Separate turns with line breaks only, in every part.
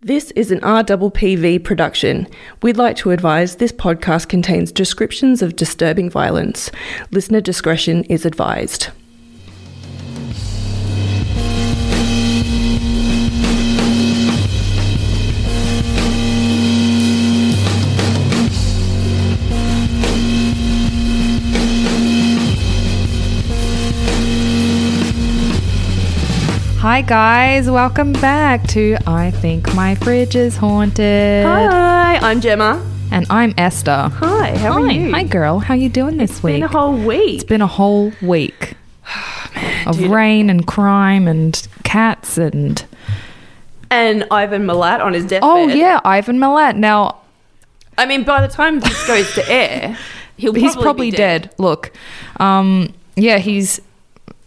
This is an RPPV production. We'd like to advise this podcast contains descriptions of disturbing violence. Listener discretion is advised.
Hi guys, welcome back to I Think My Fridge is Haunted.
Hi, I'm Gemma.
And I'm Esther.
Hi, how are you?
Hi girl, how you doing this week?
Been a whole
it's
week.
been a whole week of
dude.
rain and crime and cats and
And Ivan Milat on his deathbed.
Oh yeah, Ivan Milat. Now
I mean, by the time this goes to air, he'll
he's
be
probably dead. Look. Um yeah, he's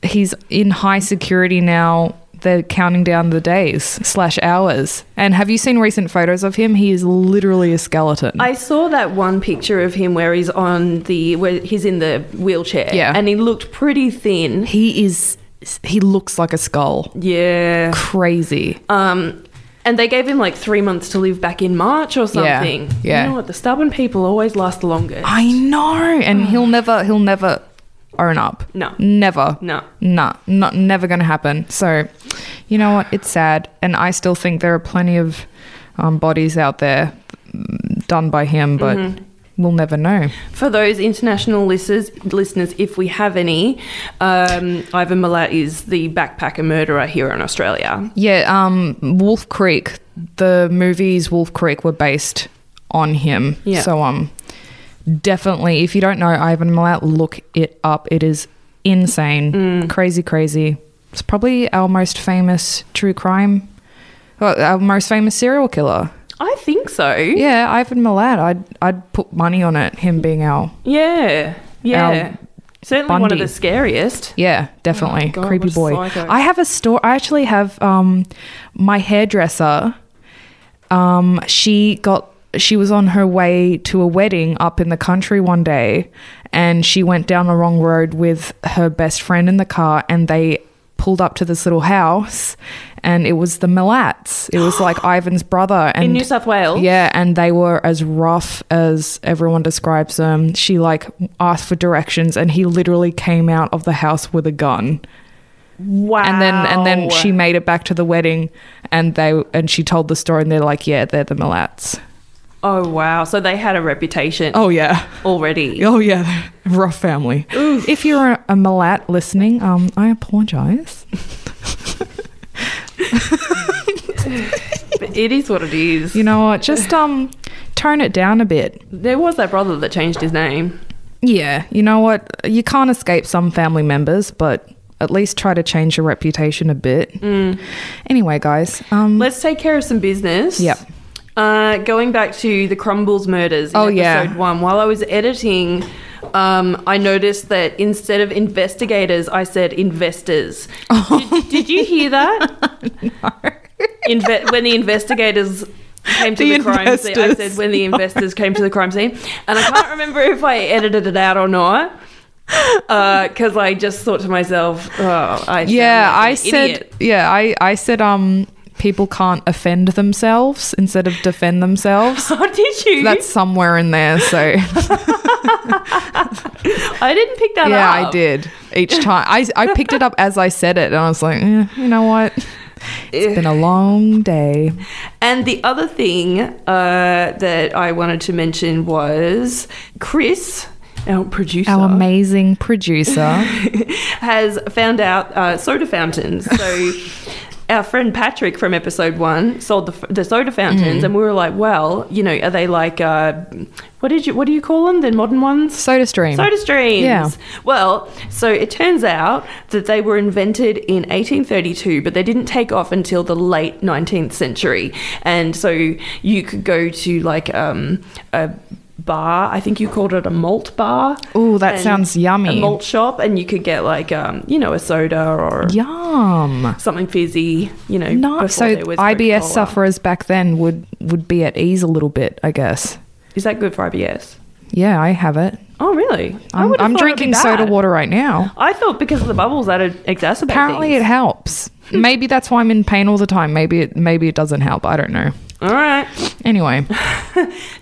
he's in high security now. They're counting down the days slash hours. And have you seen recent photos of him? He is literally a skeleton.
I saw that one picture of him where he's on the where he's in the wheelchair.
Yeah.
and he looked pretty thin.
He is. He looks like a skull.
Yeah.
Crazy.
Um, and they gave him like three months to live back in March or something.
yeah.
You know what? The stubborn people always last the longest.
I know. And he'll never. He'll never own up.
No.
Never.
No.
Nah. Not never going to happen. So, you know what? It's sad, and I still think there are plenty of um, bodies out there mm, done by him, but we'll never know.
For those international listeners, listeners, if we have any, um, Ivan Milat is the backpacker murderer here in Australia.
Yeah. Um. Wolf Creek. The movies Wolf Creek were based on him.
Yeah.
So um, definitely. If you don't know Ivan Milat, look it up. It is insane, crazy, crazy. It's probably our most famous true crime. Well, our most famous serial killer.
I think so. Yeah.
Yeah, Ivan Milat. I'd I'd put money on it. Him being our
Yeah.
Al
Certainly one of
Bundy.
the scariest.
Yeah, definitely.
Oh God,
Creepy
what a
boy.
psycho.
I have a store. I actually have um, my hairdresser. Um, she got. She was on her way to a wedding up in the country one day, and she went down the wrong road with her best friend in the car, and they pulled up to this little house, and it was the Milats. It was like Ivan's brother, and
In New South Wales.
yeah, and they were as rough as everyone describes them. She like asked for directions and he literally came out of the house with a gun.
Wow.
And then and then she made it back to the wedding and they and she told the story and they're like, "Yeah, they're the Malats."
Oh wow. So they had a reputation
Oh yeah.
already.
Oh yeah. Rough family. If you're a, a Malat listening, um I apologize.
It is what it is.
You know what? Just um tone it down a bit.
There was that brother that changed his name.
Yeah, you know what? You can't escape some family members, but at least try to change your reputation a bit.
Mm.
Anyway, guys, um,
Let's take care of some business.
Yep.
Uh, going back to the Crumbles murders in
Oh,
episode
yeah.
one, while I was editing, um, I noticed that instead of investigators, I said investors. Did, did you hear that? Inve- when the investigators came to the,
The
crime scene, I
investors.
said when the investors came to the crime scene, and I can't remember if I edited it out or not. Because I just thought to myself, oh, I sound
yeah,
like an
I said,
idiot.
yeah, I, I said, um, people can't offend themselves instead of defend themselves.
Oh, did you?
That's somewhere in there. So
I didn't pick that
yeah,
up.
I did each time. I, I picked it up as I said it, and I was like, eh, you know what? It's been a long day.
And the other thing uh, that I wanted to mention was Chris, our producer,
Our amazing producer.
has found out uh, soda fountains. So. Our friend Patrick from episode one sold the, f- the soda fountains,
Mm.
and we were like, "Well, you know, are they like uh, what did you what do you call them? The modern ones?
Soda Stream.
Soda streams.
Yeah.
Well, so it turns out that they were invented in 1832, but they didn't take off until the late 19th century. And so you could go to like um, a bar, I think you called it a malt bar.
Ooh, that
and
sounds yummy.
A malt shop, and you could get like, um, you know, a soda or.
Yum.
Something fizzy, you know.
Not
before
so
there was
IBS
Coca-Cola.
sufferers back then would would be at ease a little bit, I guess.
Is that good for IBS?
Yeah, I have it.
Oh, really? I
I'm,
would've
I'm
thought it would be
drinking soda
bad.
water right now.
I thought because of the bubbles that would exacerbate.
Apparently,
things.
it helps. Maybe that's why I'm in pain all the time. Maybe it maybe it doesn't help. I don't know.
All right.
Anyway,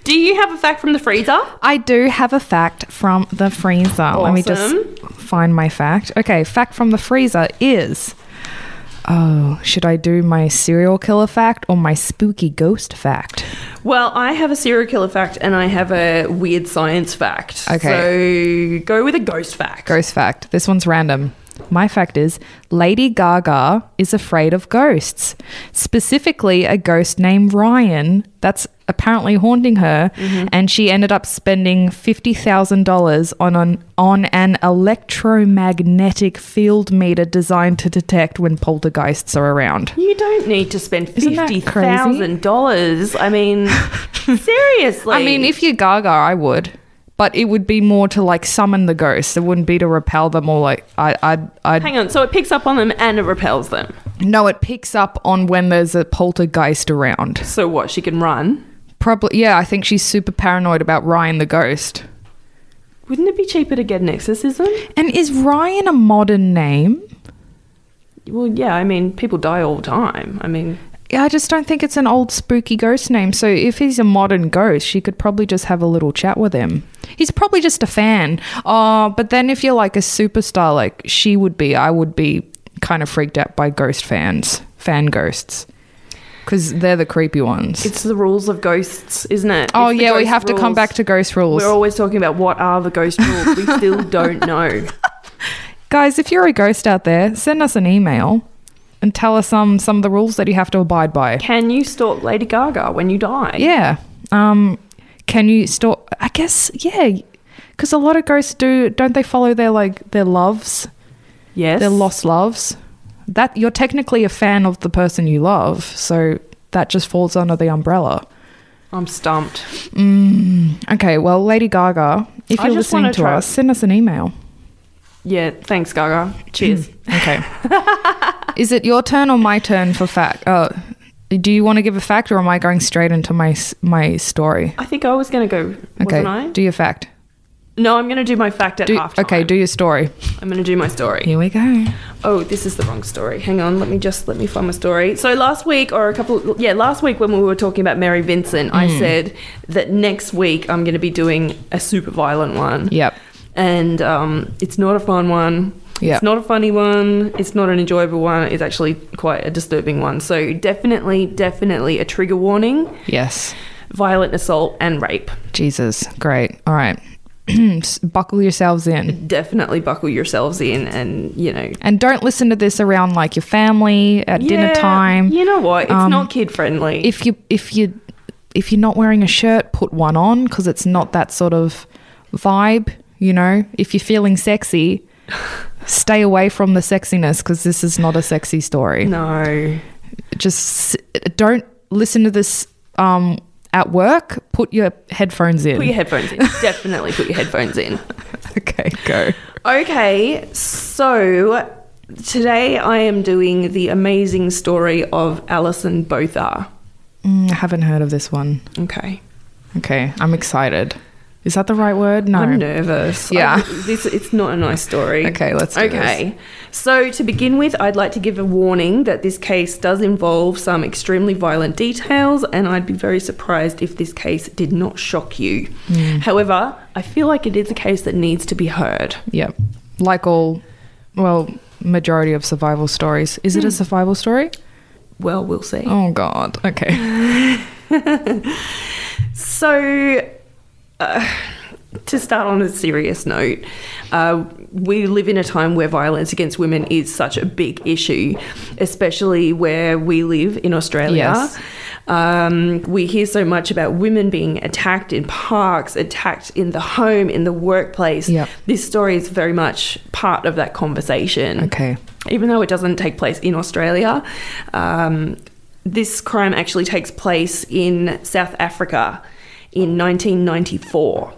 Do you have a fact from the freezer?
I do have a fact from the freezer. Let me
Awesome.
just find my fact. Okay, fact from the freezer is Oh, should I do my serial killer fact or my spooky ghost fact?
Well, I have a serial killer fact and I have a weird science fact.
Okay.
So go with a ghost fact.
Ghost fact. This one's random. My fact is Lady Gaga is afraid of ghosts, specifically a ghost named Ryan that's apparently haunting her. And she ended up spending $50,000 on an, on an electromagnetic field meter designed to detect when poltergeists are around.
You don't need to spend
Isn't that crazy?
$50,000. I mean, seriously.
I mean, if you're Gaga, I would. But it would be more to like summon the ghosts. It wouldn't be to repel them or like I, I'd, I'd
Hang on. So it picks up on them and it repels them.
No, it picks up on when there's a poltergeist around.
So what? She can run?
Probably, yeah, I think she's super paranoid about Ryan the ghost.
Wouldn't it be cheaper to get an exorcism?
And is Ryan a modern name?
Well, yeah. I mean, people die all the time. I mean,
Yeah, I just don't think it's an old spooky ghost name. So if he's a modern ghost, she could probably just have a little chat with him. He's probably just a fan. Oh, but then if you're like a superstar, like she would be, I would be kind of freaked out by ghost fans, fan ghosts, because they're the creepy ones.
it's the rules of ghosts, isn't it?
oh
It's the
yeah, we
ghost
have to come
rules.
back to ghost rules.
We're always talking about what are the ghost rules. We still don't know.
Guys, if you're a ghost out there, send us an email and tell us some some of the rules that you have to abide by.
Can you stalk Lady Gaga when you die?
Yeah. Um can you store I guess yeah, cuz a lot of ghosts do don't they follow their like their loves,
Yes.
their lost loves? That you're technically a fan of the person you love, so that just falls under the umbrella. Mm,
I'm stumped.
Okay, well, Lady Gaga, if
I
you're
just
listening
wanna
to
try-
us, send us an email.
Yeah. Thanks, Gaga. Cheers.
Okay. Is it your turn or my turn for fact? Uh, do you want to give a fact or am I going straight into my s- my story?
I think I was going to go,
Okay.
wasn't I?
Do your fact.
no, I'm going to do my fact at
Do,
half time.
okay, do your story.
I'm going to do my story.
Here we go.
Oh, this is the wrong story. Hang on, let me just let me find my story. So last week, or a couple, yeah, last week when we were talking about Mary Vincent, I
Mm.
said that next week I'm going to be doing a super violent one.
Yep.
and um, it's not a fun one.
Yeah.
It's not a funny one. It's not an enjoyable one. It's actually quite a disturbing one. So definitely, definitely a trigger warning:
Yes.
violent assault and rape.
Jesus. Great. All right. S- Buckle yourselves in.
Definitely buckle yourselves in, and you know.
And don't listen to this around like your family at
Yeah,
dinner time.
You know what? It's
Um,
not kid friendly.
if you if you if you're not wearing a shirt, put one on because it's not that sort of vibe. You know, if you're feeling sexy, stay away from the sexiness because this is not a sexy story.
no.
Just s- don't listen to this um, at work. Put your headphones in.
Put your headphones in. Definitely put your headphones in.
okay, go.
Okay, so today I am doing the amazing story of Alison Bothar.
Mm, I haven't heard of this one.
Okay.
Okay, I'm excited. Is that the right word? No.
I'm nervous.
Yeah.
I- this it's not a nice story.
Okay, let's do this.
okay. So to begin with, I'd like to give a warning that this case does involve some extremely violent details, and I'd be very surprised if this case did not shock you.
Hmm.
However, I feel like it is a case that needs to be heard.
Yep. Like all, well, majority of survival stories. Is
Hmm.
it a survival story?
Well, we'll see.
Oh God. Okay.
So, uh, to start on a serious note, uh, we live in a time where violence against women is such a big issue, especially where we live in Australia.
Yes.
Um, we hear so much about women being attacked in parks, attacked in the home, in the workplace.
Yep.
This story is very much part of that conversation
Okay.
even though it doesn't take place in Australia, um, this crime actually takes place in South Africa in 1994.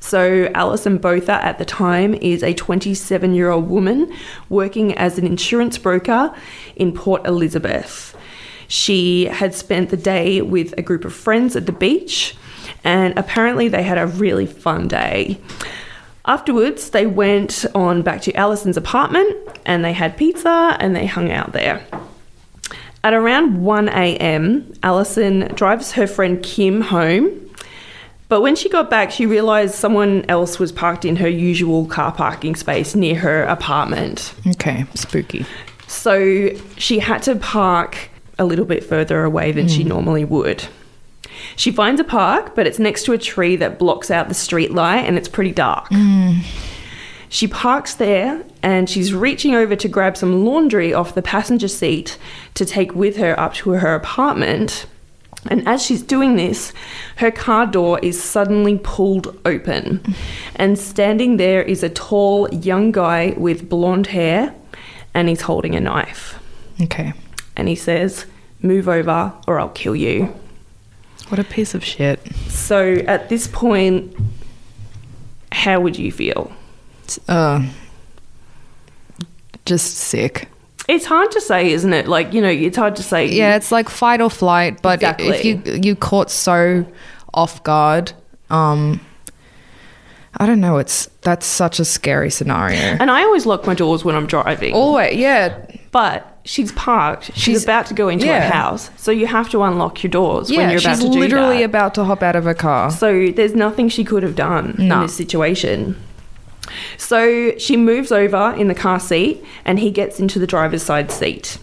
So, Alison Botha at the time is a 27 year old woman working as an insurance broker in Port Elizabeth. She had spent the day with a group of friends at the beach, and apparently, they had a really fun day. Afterwards, they went on back to Alison's apartment and they had pizza and they hung out there. At around 1 a.m., Alison drives her friend Kim home. But when she got back, she realized someone else was parked in her usual car parking space near her apartment.
Okay, spooky.
So she had to park a little bit further away than she normally would. She finds a park, but it's next to a tree that blocks out the street light and it's pretty dark. She parks there and she's reaching over to grab some laundry off the passenger seat to take with her up to her apartment. And as she's doing this, her car door is suddenly pulled open. And standing there is a tall young guy with blonde hair and he's holding a knife.
Okay.
And he says, Move over or I'll kill you.
What a piece of shit.
So at this point, how would you feel?
Uh, just sick.
It's hard to say, isn't it? Like, you know, it's hard to say.
Yeah, it's like fight or flight, but i- if you you caught so off guard, um I don't know, it's that's such a scary scenario.
And I always lock my doors when I'm driving.
Always, yeah.
but she's parked. She's,
She's-
about to go into
yeah.
her house. So you have to unlock your doors when
Yeah,
you're about
she's
to do
literally
that.
about to hop out of a car.
So there's nothing she could have done
No.
in this situation. So she moves over in the car seat and he gets into the driver's side seat.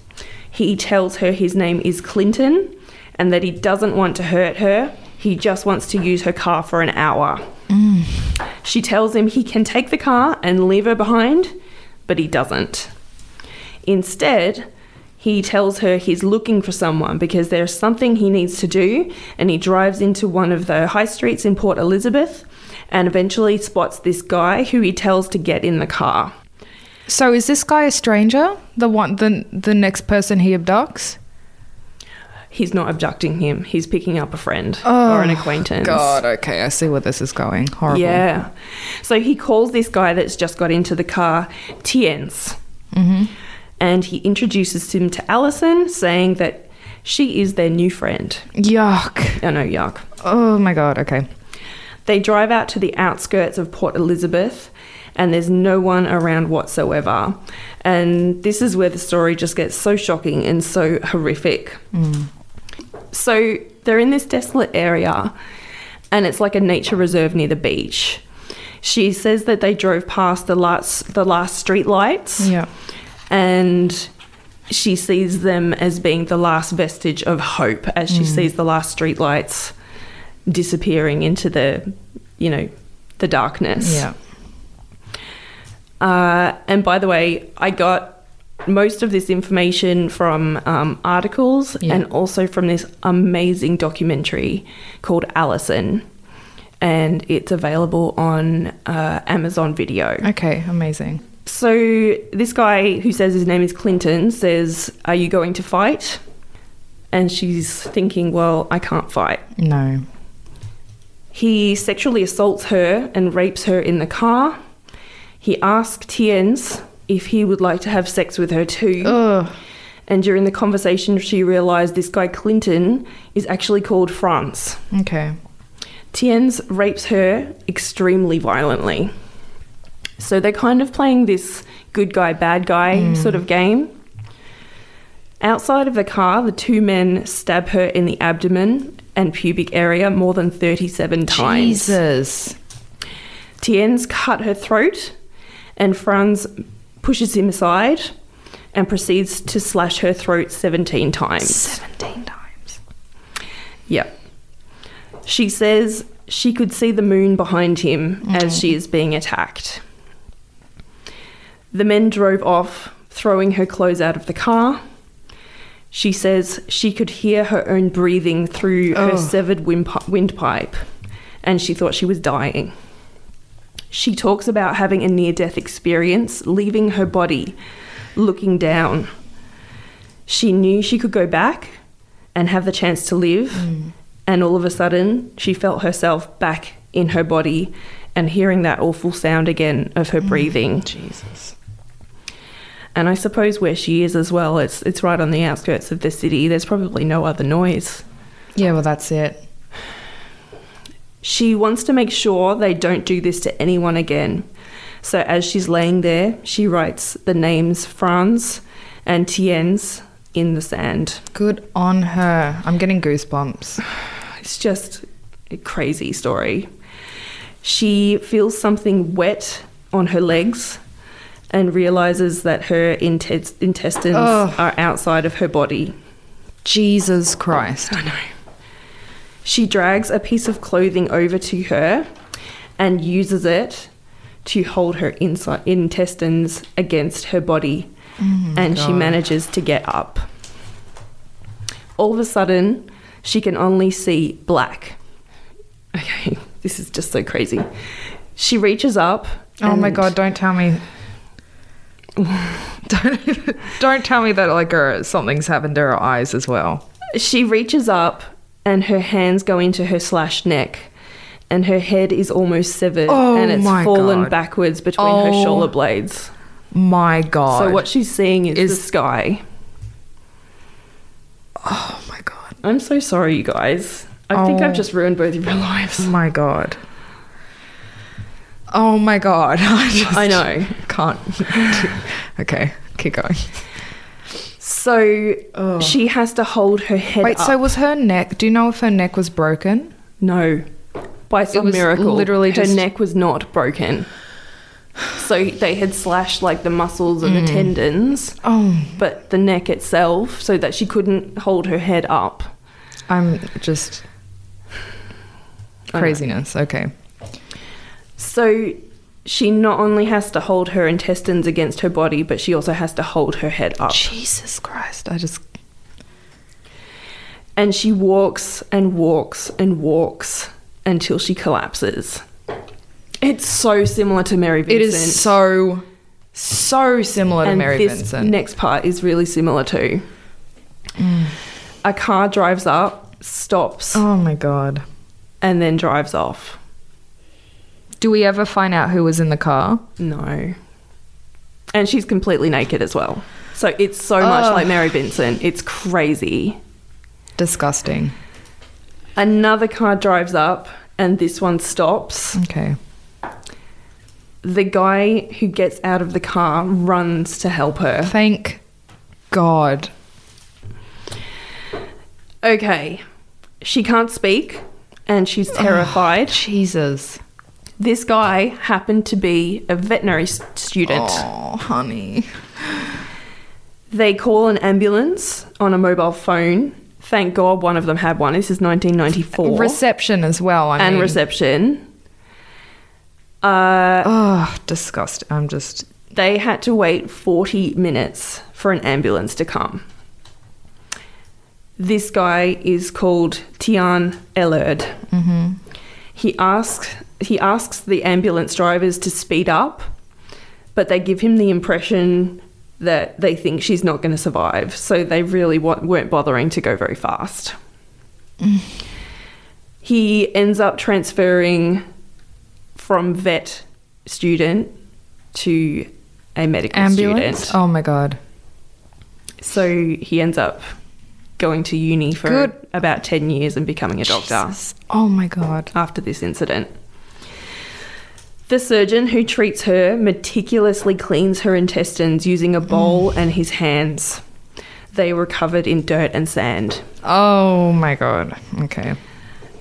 He tells her his name is Clinton and that he doesn't want to hurt her. He just wants to use her car for an hour. She tells him he can take the car and leave her behind, but he doesn't. Instead, he tells her he's looking for someone because there's something he needs to do, and he drives into one of the high streets in Port Elizabeth and eventually spots this guy who he tells to get in the car.
So is this guy a stranger? The one the the next person he abducts?
He's not abducting him, he's picking up a friend or an acquaintance.
God, okay, I see where this is going. Horrible.
Yeah. So he calls this guy that's just got into the car Tiens. And he introduces him to Allison, saying that she is their new friend.
Yuck.
Oh, no, yuck.
Oh my god, okay.
They drive out to the outskirts of Port Elizabeth, and there's no one around whatsoever. And this is where the story just gets so shocking and so horrific. So they're in this desolate area, and it's like a nature reserve near the beach. She says that they drove past the last the last street lights
Yeah.
and she sees them as being the last vestige of hope as she
Mm.
sees the last streetlights disappearing into the you know the darkness
Yeah.
uh, and by the way i got most of this information from um, articles
Yeah.
and also from this amazing documentary called allison and it's available on uh, amazon video
Okay, amazing.
so this guy who says his name is Clinton says, "Are you going to fight?" And she's thinking, "Well, I can't fight."
No.
He sexually assaults her and rapes her in the car. He asks Tien's if he would like to have sex with her too.
Ugh.
And during the conversation, she realized this guy Clinton is actually called France.
Okay.
Tien's rapes her extremely violently. So they're kind of playing this good guy, bad guy sort of game. Outside of the car, the two men stab her in the abdomen and pubic area more than 37 times.
Jesus.
Tien's cut her throat, and Franz pushes him aside and proceeds to slash her throat 17 times.
17 times.
Yep. She says she could see the moon behind him as she is being attacked. The men drove off, throwing her clothes out of the car. She says she could hear her own breathing through her
Oh.
severed windpi- windpipe, and she thought she was dying. She talks about having a near death experience, leaving her body, looking down. She knew she could go back and have the chance to live, and all of a sudden, she felt herself back in her body and hearing that awful sound again of her breathing.
Jesus.
And I suppose where she is as well, it's, it's right on the outskirts of the city. There's probably no other noise.
Yeah, well, that's it.
She wants to make sure they don't do this to anyone again. So as she's laying there, she writes the names Franz and Tien's in the sand.
Good on her. I'm getting goosebumps.
It's just a crazy story. She feels something wet on her legs and realizes that her intes- intestines
Ugh.
are outside of her body.
Jesus Christ.
I know. She drags a piece of clothing over to her and uses it to hold her insi- intestines against her body, and she
Oh God.
manages to get up. All of a sudden, she can only see black. Okay, this is just so crazy. She reaches up.
Oh my
and-
god, don't tell me. don't, don't tell me that like her, something's happened to her eyes as well.
She reaches up and her hands go into her slashed neck and her head is almost severed
Oh
and it's
my
fallen
God.
backwards between her
Oh.
shoulder blades.
My god.
So what she's seeing is,
Is-
the sky.
Oh my god.
I'm so sorry, you guys. I think
Oh.
I've just ruined both of your lives.
My god. Oh my god. I, just
I know.
Can't. okay, keep going.
So she has to hold her head
Wait,
up.
so was her neck? Do you know if her neck was broken?
no, by some
was
miracle,
literally
her
just-
neck was not broken. So they had slashed like the muscles
Mm.
and the tendons,
Oh,
but the neck itself, so that she couldn't hold her head up.
I'm just
I know.
craziness. Okay.
So she not only has to hold her intestines against her body, but she also has to hold her head up.
Jesus Christ! I just
And she walks and walks and walks until she collapses. It's so similar to Mary Vincent.
It is so, so similar to
and
Mary
this
Vincent. Mm.
next part is really similar too. A car drives up, stops,
oh my god.
and then drives off.
Do we ever find out who was in the car?
No. And she's completely naked as well. So it's so much
Ugh.
like Mary Vincent. It's crazy.
Disgusting.
Another car drives up and this one stops.
Okay.
The guy who gets out of the car runs to help her.
Thank God.
Okay. She can't speak and she's terrified.
Jesus.
This guy happened to be a veterinary s- student.
Oh, honey.
They call an ambulance on a mobile phone. Thank God one of them had one. This is 1994.
Reception as well. I
and
mean.
reception. Uh,
Oh, disgust. I'm just.
they had to wait 40 minutes for an ambulance to come. This guy is called Tian Ellard. Mm-hmm. He asks he asks the ambulance drivers to speed up, but they give him the impression that they think she's not going to survive, so they really wa- weren't bothering to go very fast. He ends up transferring from vet student to a medical
Ambulance.
student.
Oh my God.
So he ends up going to uni for
Good.
about 10 years and becoming a doctor
Jesus. Oh my God.
after this incident. The surgeon who treats her meticulously cleans her intestines using a bowl
Mm.
and his hands. They were covered in dirt and sand.
Oh my God. Okay.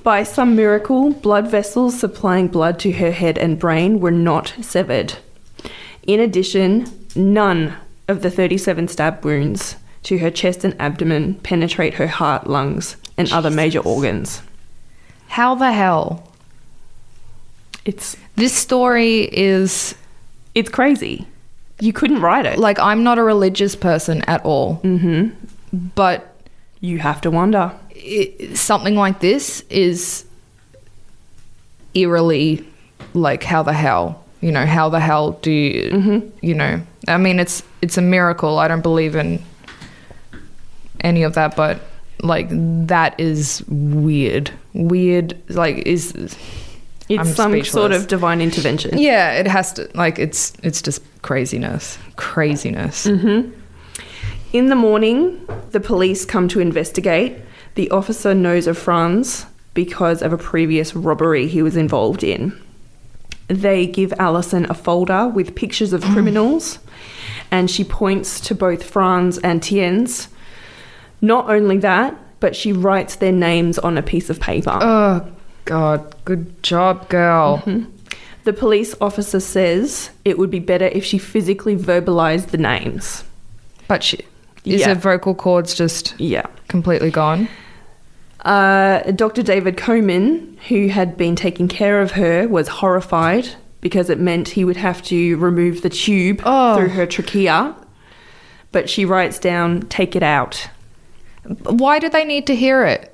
By some miracle, blood vessels supplying blood to her head and brain were not severed. In addition, none of the 37 stab wounds to her chest and abdomen penetrate her heart, lungs, and other major organs.
How the hell?
It's
This story is
it's crazy. You couldn't write it.
like I'm not a religious person at all. Mm-hmm. But
You have to wonder.
it, something like this is eerily like how the hell you know how the hell do you
Mm-hmm.
you know i mean it's it's a miracle i don't believe in any of that but like that is weird weird like is
It's
I'm
some sort
speechless.
of divine intervention.
yeah it has to like it's it's just craziness craziness
Mm-hmm. In the morning, the police come to investigate. The officer knows of Franz because of a previous robbery he was involved in. They give Alison a folder with pictures of criminals, and she points to both Franz and Tien's Not only that, but she writes their names on a piece of paper.
Oh, God. Good job, girl.
The police officer says it would be better if she physically verbalized the names.
But she, is
Yeah.
her vocal cords just
Yeah.
completely gone?
Uh, Dr. David Komen, who had been taking care of her, was horrified because it meant he would have to remove the tube
Oh.
through her trachea. But she writes down, take it out.
Why do they need to hear it?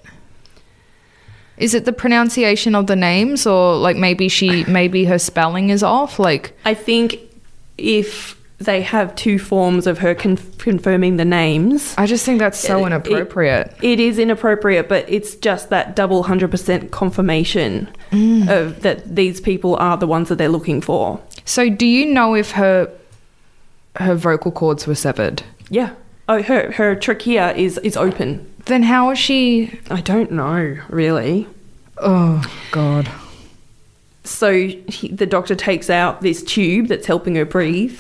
Is it the pronunciation of the names, or like maybe she, maybe her spelling is off? Like,
I think if they have two forms of her conf- confirming the names,
I just think that's so
It- it-
inappropriate.
it is inappropriate, but it's just that double 100% confirmation of that these people are the ones that they're looking for.
So, do you know if her her vocal cords were severed?
Yeah. Oh, her, her trachea is, is open.
Then how is she?
I don't know, really.
Oh God!
So he, the doctor takes out this tube that's helping her breathe,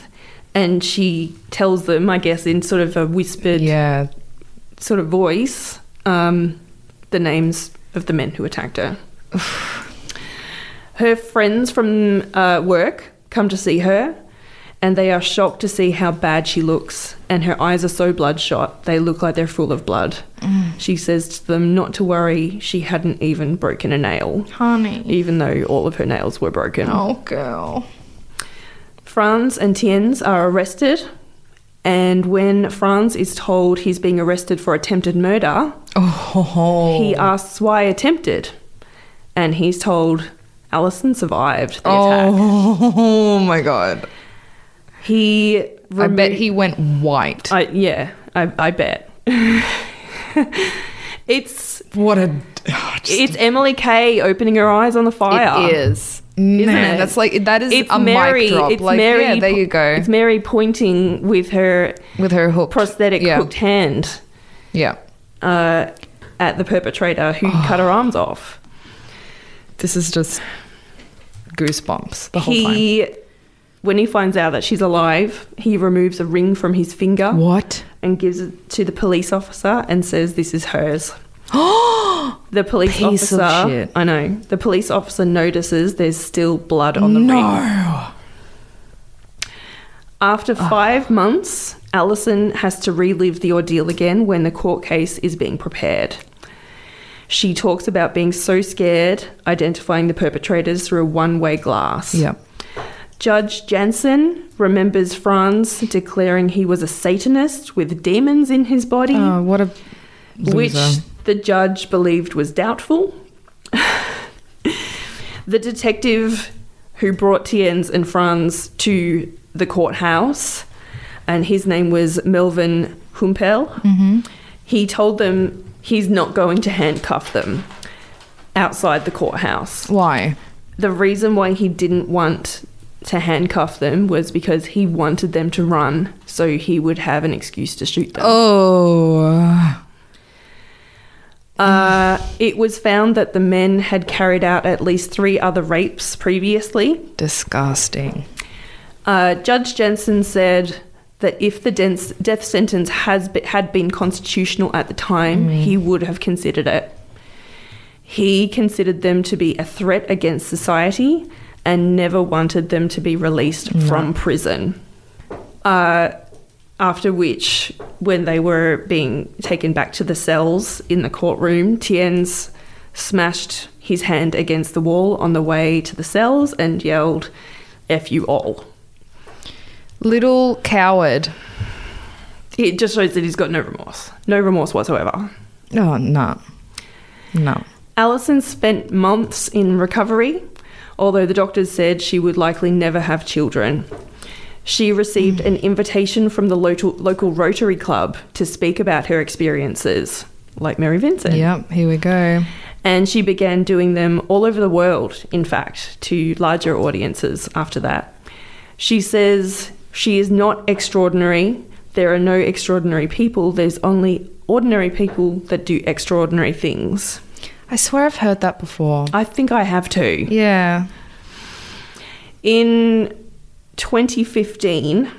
and she tells them, I guess, in sort of a whispered
Yeah,
sort of voice, um, the names of the men who attacked her. her friends from uh, work come to see her, and they are shocked to see how bad she looks, and her eyes are so bloodshot, they look like they're full of blood. She says to them not to worry, she hadn't even broken a nail.
honey.
even though all of her nails were broken.
Oh girl.
Franz and Tiens are arrested, and when Franz is told he's being arrested for attempted murder,
Oh. ho, ho.
he asks why attempted, and he's told Allison survived the attack.
Oh, oh my God!
He,
I
remo-
bet he went white.
I, yeah, I, I bet. it's
What a. oh, just-
it's Emily Kay opening her eyes on the fire.
It is. Man,
it?
that's like that is
It's
a
Mary.
mic drop.
It's
like,
Mary.
yeah, there
po-
you go.
It's Mary pointing with her
With her hook.
prosthetic
yeah.
hooked hand.
Yeah.
uh, at the perpetrator who
Oh,
cut her arms off.
This is just goosebumps the whole time.
He, when he finds out that she's alive, he removes a ring from his finger
What?
and gives it to the police officer and says, "This is hers." The police
Piece of
officer,
shit.
I know. The police officer notices there's still blood on the ring.
no.
After
Ah.
five months, Allison has to relive the ordeal again when the court case is being prepared. She talks about being so scared, identifying the perpetrators through a one way glass.
Yeah.
Judge Jansen remembers Franz declaring he was a Satanist with demons in his body,
Oh, what a
which
loser.
the judge believed was doubtful. the detective who brought Tienz and Franz to the courthouse, and his name was Melvin Humpel, he told them he's not going to handcuff them outside the courthouse
Why?
the reason why he didn't want to handcuff them was because he wanted them to run so he would have an excuse to shoot them.
Oh.
Uh, it was found that the men had carried out at least three other rapes previously.
Disgusting.
Uh, Judge Jensen said that if the dense death sentence has be- had been constitutional at the time, he would have considered it. He considered them to be a threat against society and never wanted them to be released from prison. Uh, after which, when they were being taken back to the cells in the courtroom, Tien's smashed his hand against the wall on the way to the cells and yelled, F you all.
Little coward.
It just shows that he's got no remorse. No remorse whatsoever.
Oh, no. No.
Alison spent months in recovery, although the doctors said she would likely never have children. She received an invitation from the local, local Rotary Club to speak about her experiences, like Mary Vincent.
Yep, here we go.
And she began doing them all over the world, in fact, to larger audiences after that. She says she is not extraordinary. There are no extraordinary people. There's only ordinary people that do extraordinary things.
I swear I've heard that before.
I think I have too.
Yeah.
In 2015,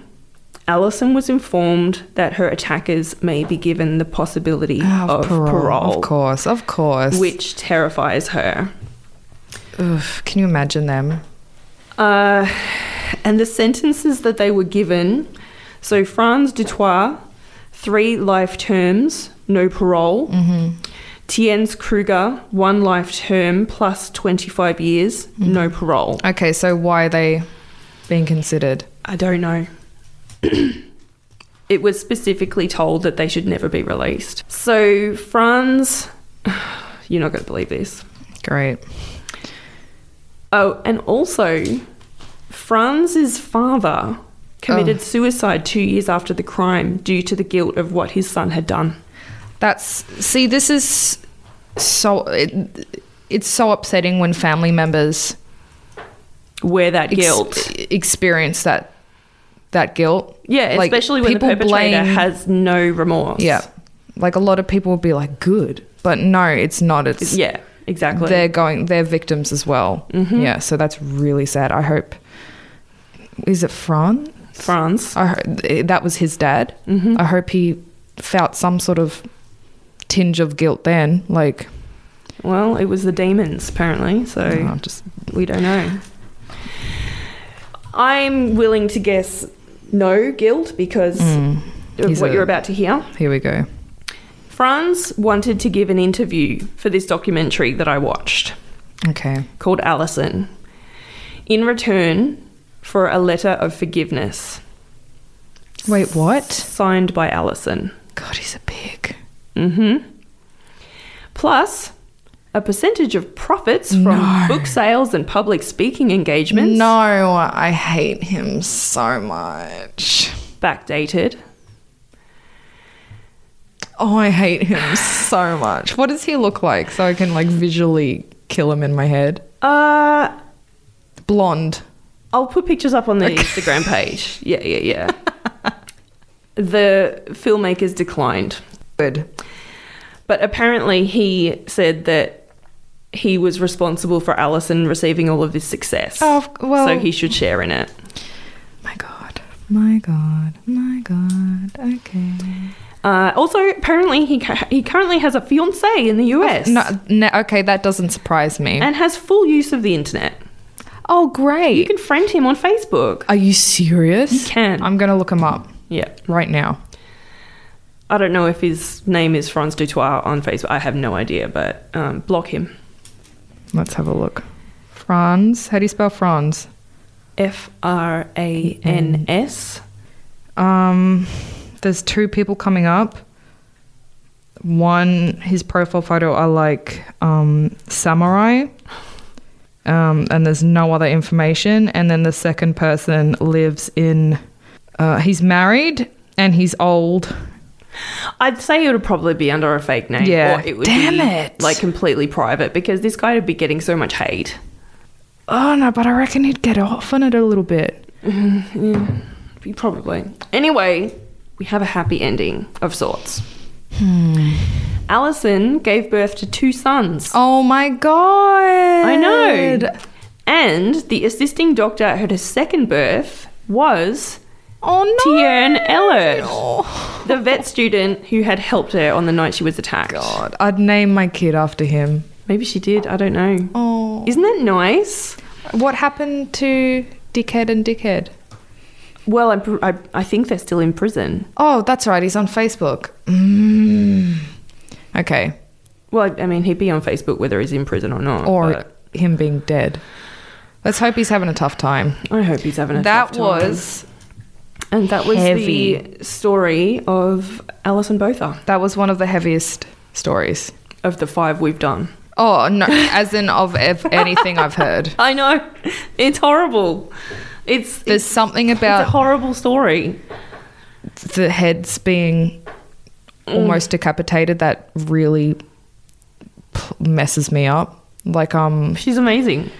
Allison was informed that her attackers may be given the possibility
Ah, Of
of,
parole.
parole,
Of course, of course.
which terrifies her.
Ugh, can you imagine them?
Uh, and the sentences that they were given so Franz Dutoit, three life terms, no parole. Tiens Kruger, one life term plus 25 years, no parole.
Okay, so why are they being considered?
I don't know. it was specifically told that they should never be released. So Franz, you're not going to believe this.
Great.
Oh, and also, Franz's father committed
Oh.
suicide two years after the crime due to the guilt of what his son had done.
That's see, this is so it, it's so upsetting when family members
Where that
ex-
guilt.
experience that that guilt.
Yeah,
Like,
especially when the
people
perpetrator
blame-
has no remorse.
Yeah, like a lot of people would be like, "Good," but no, it's not. It's
Yeah, exactly. Mm-hmm.
they're going they're victims as well. Yeah, so that's really sad. I hope. Is it Fran?
Franz. Mm-hmm.
I ho- that was his dad. I hope he felt some sort of tinge of guilt then. Like,
Well, it was the demons, apparently, so.
oh, just
We don't know. I'm willing to guess no guilt because of
Mm. He's
what
a-
you're about to hear.
here we go.
Franz wanted to give an interview for this documentary that I watched
Okay.
called Allison in return for a letter of forgiveness
Wait, what?
signed by Allison.
God, he's a pig.
Mm-hmm. Plus, a percentage of profits from
No.
book sales and public speaking engagements
No, I hate him so much.
backdated.
Oh, I hate him so much. What does he look like? So I can like visually kill him in my head.
Uh
Blonde.
I'll put pictures up on the Instagram page. Yeah, yeah, yeah. the filmmakers declined,
Good.
but apparently he said that he was responsible for Allison receiving all of this success.
Oh, of- well-
so he should share in it.
My God. My God. My God. Okay.
Uh, also, apparently he cu- he currently has a fiance in the US
No, no, okay, that doesn't surprise me.
and has full use of the internet.
oh, great.
You can friend him on Facebook.
Are you serious? You
can.
I'm going to look him up
Yeah,
right now.
I don't know if his name is Franz Dutoit on Facebook. I have no idea, but um, block him.
Let's have a look. Franz. How do you spell Franz?
F R A N S.
Um, there's two people coming up. One, his profile photo are like um, samurai, um, and there's no other information. And then the second person lives in. Uh, he's married and he's old.
I'd say it would probably be under a fake name.
Yeah.
Or it would
Damn
be
it.
like completely private because this guy would be getting so much hate.
Oh no, but I reckon he'd get off on it a little bit.
He Probably. Anyway, we have a happy ending of sorts.
Hmm.
Allison gave birth to two sons.
Oh my god!
I know. And the assisting doctor at her second birth was
Oh no!
Tiern Ellert,
Oh
the vet student who had helped her on the night she was attacked.
god! I'd name my kid after him.
Maybe she did, I don't know.
Oh.
Isn't that nice?
What happened to Dickhead and Dickhead?
Well, I'm, pr- I, I think they're still in prison.
Oh, that's right. He's on Facebook. Mm. Okay.
Well, I, I mean, he'd be on Facebook whether he's in prison or not.
Or
but
him being dead. Let's hope he's having a tough time.
I hope he's having a
that
tough time.
was
and that was
heavy.
the story of Alison Botha
that was one of the heaviest stories.
of the five we've done.
Oh no! as in of ev- anything I've heard.
I know, it's horrible. It's
There's
it's, it's
something
a
about
horrible story.
the heads being
Mm.
almost decapitated that really p- messes me up. Like um,
She's amazing.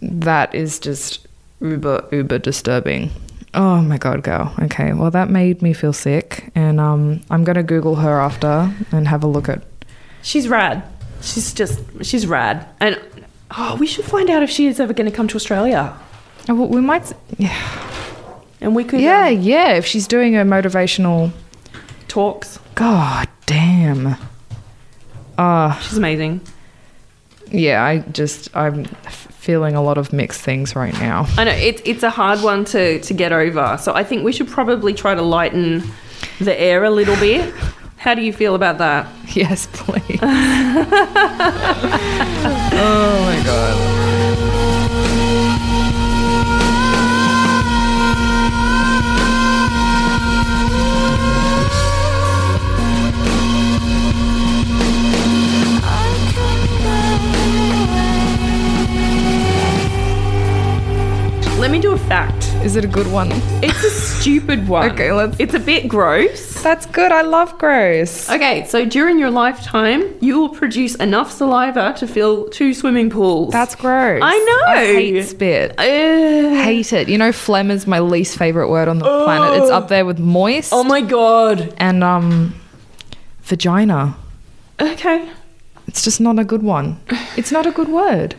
that is just uber uber disturbing oh my god girl okay well that made me feel sick and um i'm gonna google her after and have a look at
She's rad. She's just she's rad. And oh, we should find out if she is ever going to come to Australia.
oh, well, we might yeah
and we could
Yeah,
um,
yeah. If she's doing her motivational,
talks.
god damn. Ah,
She's amazing.
yeah. I just I'm f- feeling a lot of mixed things right now.
I know it's it's a hard one to to get over. So I think we should probably try to lighten the air a little bit. How do you feel about that?
Yes, please. oh my god.
Let me do a fact.
Is it a good one?
It's a stupid one.
Okay, let's-
It's a bit gross.
That's good. I love gross.
Okay, so during your lifetime, you will produce enough saliva to fill two swimming pools.
That's gross.
I know.
I hate spit.
Ugh.
hate it. You know, phlegm is my least favorite word on the planet. It's up there with moist
Oh my god.
and um, vagina.
Okay.
It's just not a good one. It's not a good word.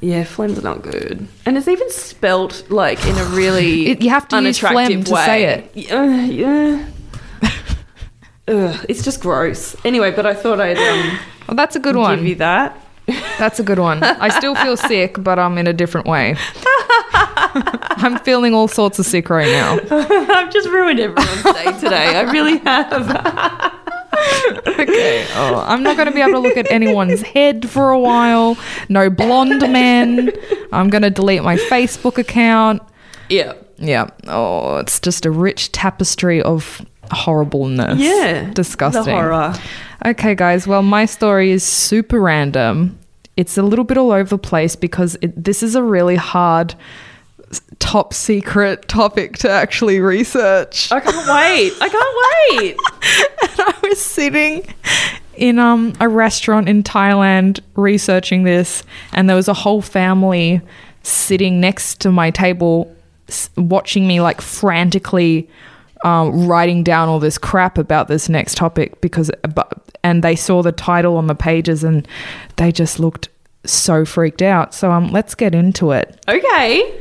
Yeah, phlegm's not good, and it's even spelt like in a really
It- you have to use phlegm
unattractive
to say it.
way. Yeah, yeah. Ugh, it's just gross. Anyway, but I thought I'd um,
Well, that's a good
give you
one.
that.
That's a good one. I still feel sick, but I'm in a different way. I'm feeling all sorts of sick right now.
I've just ruined everyone's day today. I really have.
Okay. Oh, I'm not going to be able to look at anyone's head for a while. No blonde men. I'm going to delete my Facebook account.
Yeah.
Yeah. Oh, it's just a rich tapestry of horribleness.
Yeah.
Disgusting.
The horror.
Okay, guys. Well, my story is super random. It's a little bit all over the place because it, this is a really hard s- top secret topic to actually research.
I can't wait. I can't wait.
and I was sitting in um, a restaurant in Thailand researching this, and there was a whole family sitting next to my table, s- watching me like frantically um, writing down all this crap about this next topic because, but- and they saw the title on the pages and they just looked so freaked out. So um, let's get into it.
Okay.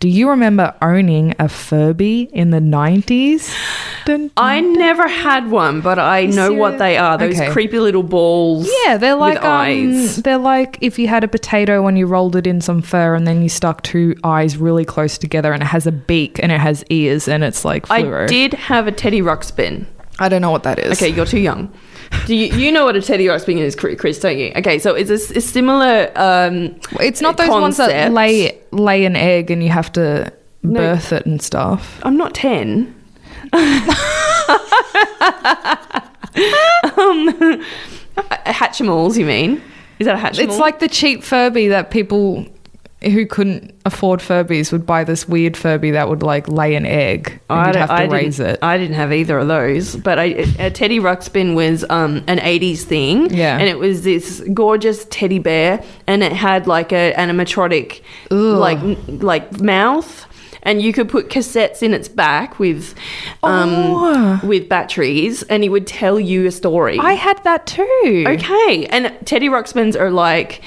Do you remember owning a Furby in the 90s? Dun,
I never had one, but I know what
serious?
they are. Those
Mm. Okay.
creepy little balls.
Yeah, they're like
with
um,
eyes.
they're like if you had a potato and you rolled it in some fur and then you stuck two eyes really close together and it has a beak and it has ears and it's like fluoro.
I did have a Teddy Ruxpin.
I don't know what that is.
Okay, you're too young. Do you, you know what a teddy ruxpin is, Chri- Chris? Don't you? Okay, so it's a, s- a similar. Um,
it's not those ones that
concept.
lay lay an egg and you have to
No.
birth it and stuff.
I'm not ten. um, Hatchimals, you mean? Is that a Hatchimal?
It's like the cheap Furby that people who couldn't afford Furbies would buy this weird Furby that would like lay an egg and you'd
don't-
have to
didn't-
raise it.
I didn't have either of those, but I, a Teddy Ruxpin was um, an '80s thing,
Yeah.
and it was this gorgeous teddy bear, and it had like a animatronic like like mouth. And you could put cassettes in its back with, um,
Oh.
with batteries, and it would tell you a story.
I had that too.
Okay. And Teddy Ruxpins are like,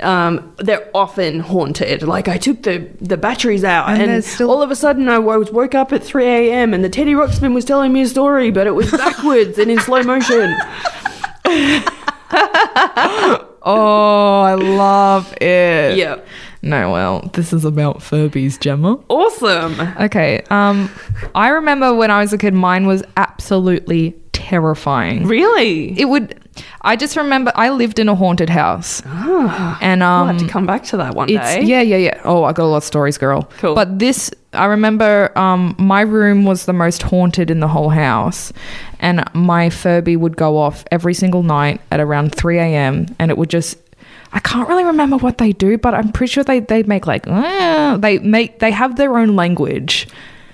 um, they're often haunted. Like I took the, the batteries out,
And
and,
there's still-
all of a sudden I was woke up at three a.m. and the Teddy Ruxpin was telling me a story, but it was backwards and in slow motion.
Oh, I love it.
Yeah,
No, well, this is about Furbies, Gemma.
awesome.
Okay. Um, I remember when I was a kid, mine was absolutely terrifying.
Really,
It would. I just remember I lived in a haunted house, and um,
I'll have to come back to that one
it's
day.
yeah, yeah, yeah. Oh, I got a lot of stories, girl.
Cool.
But this, I remember, um, my room was the most haunted in the whole house, and my Furby would go off every single night at around three a.m. and it would just. I can't really remember what they do, but I'm pretty sure they, they make like "Ah," they make they have their own language.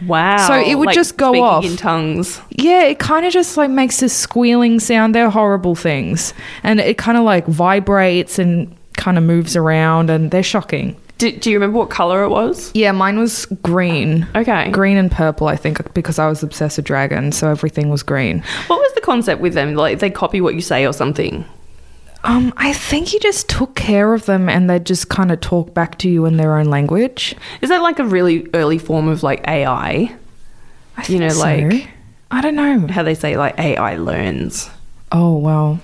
Wow.
So it would
Like,
just go
speaking
off.
in tongues.
Yeah, it kind of just like makes this squealing sound. They're horrible things, and it kind of like vibrates and kind of moves around, and they're shocking.
Do, do you remember what color it was?
Yeah, mine was green.
Okay.
Green and purple, I think, because I was obsessed with dragons, so everything was green.
What was the concept with them? Like they copy what you say or something.
Um, I think you just took care of them and they just kind of talk back to you in their own language.
Is that like a really early form of like AI?
I
You
think
know,
so.
like-
I don't know.
How they say like AI learns.
Oh well,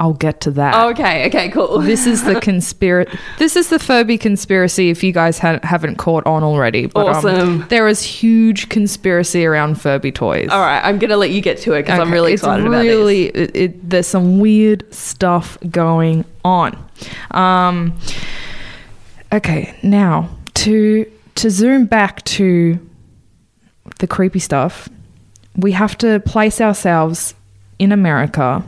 I'll get to that.
Oh, Okay, okay, cool.
Oh, This is the conspiracy. This is the Furby conspiracy. If you guys ha- haven't caught on already, but um,
Awesome.
there is huge conspiracy around Furby toys.
All right, I'm gonna let you get to it because I'm
Okay,
really
it's
excited about this.
really, It, it, there's some weird stuff going on. Um, okay, now to to zoom back to the creepy stuff, we have to place ourselves in America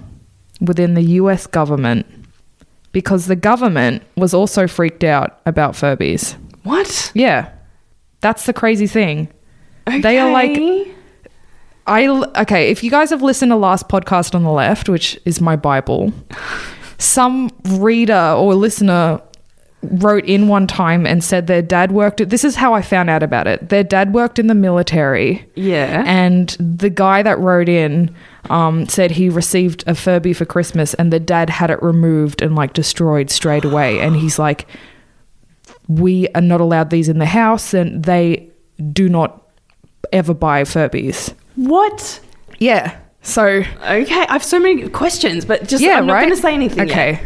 within the U.S. government because the government was also freaked out about Furbies.
What?
Yeah, that's the crazy thing. They are like-
Okay.
I okay, if you guys have listened to last podcast on the left, which is my bible, some reader or listener wrote in one time and said their dad worked this is how I found out about it. Their dad worked in the military.
Yeah.
And the guy that wrote in um, said he received a Furby for Christmas and the dad had it removed and like destroyed straight away. And he's like, We are not allowed these in the house and they do not ever buy Furbies.
what?
Yeah. So
Okay, I have so many questions, but just
yeah,
I'm not
right?
gonna say anything. yet.
Okay.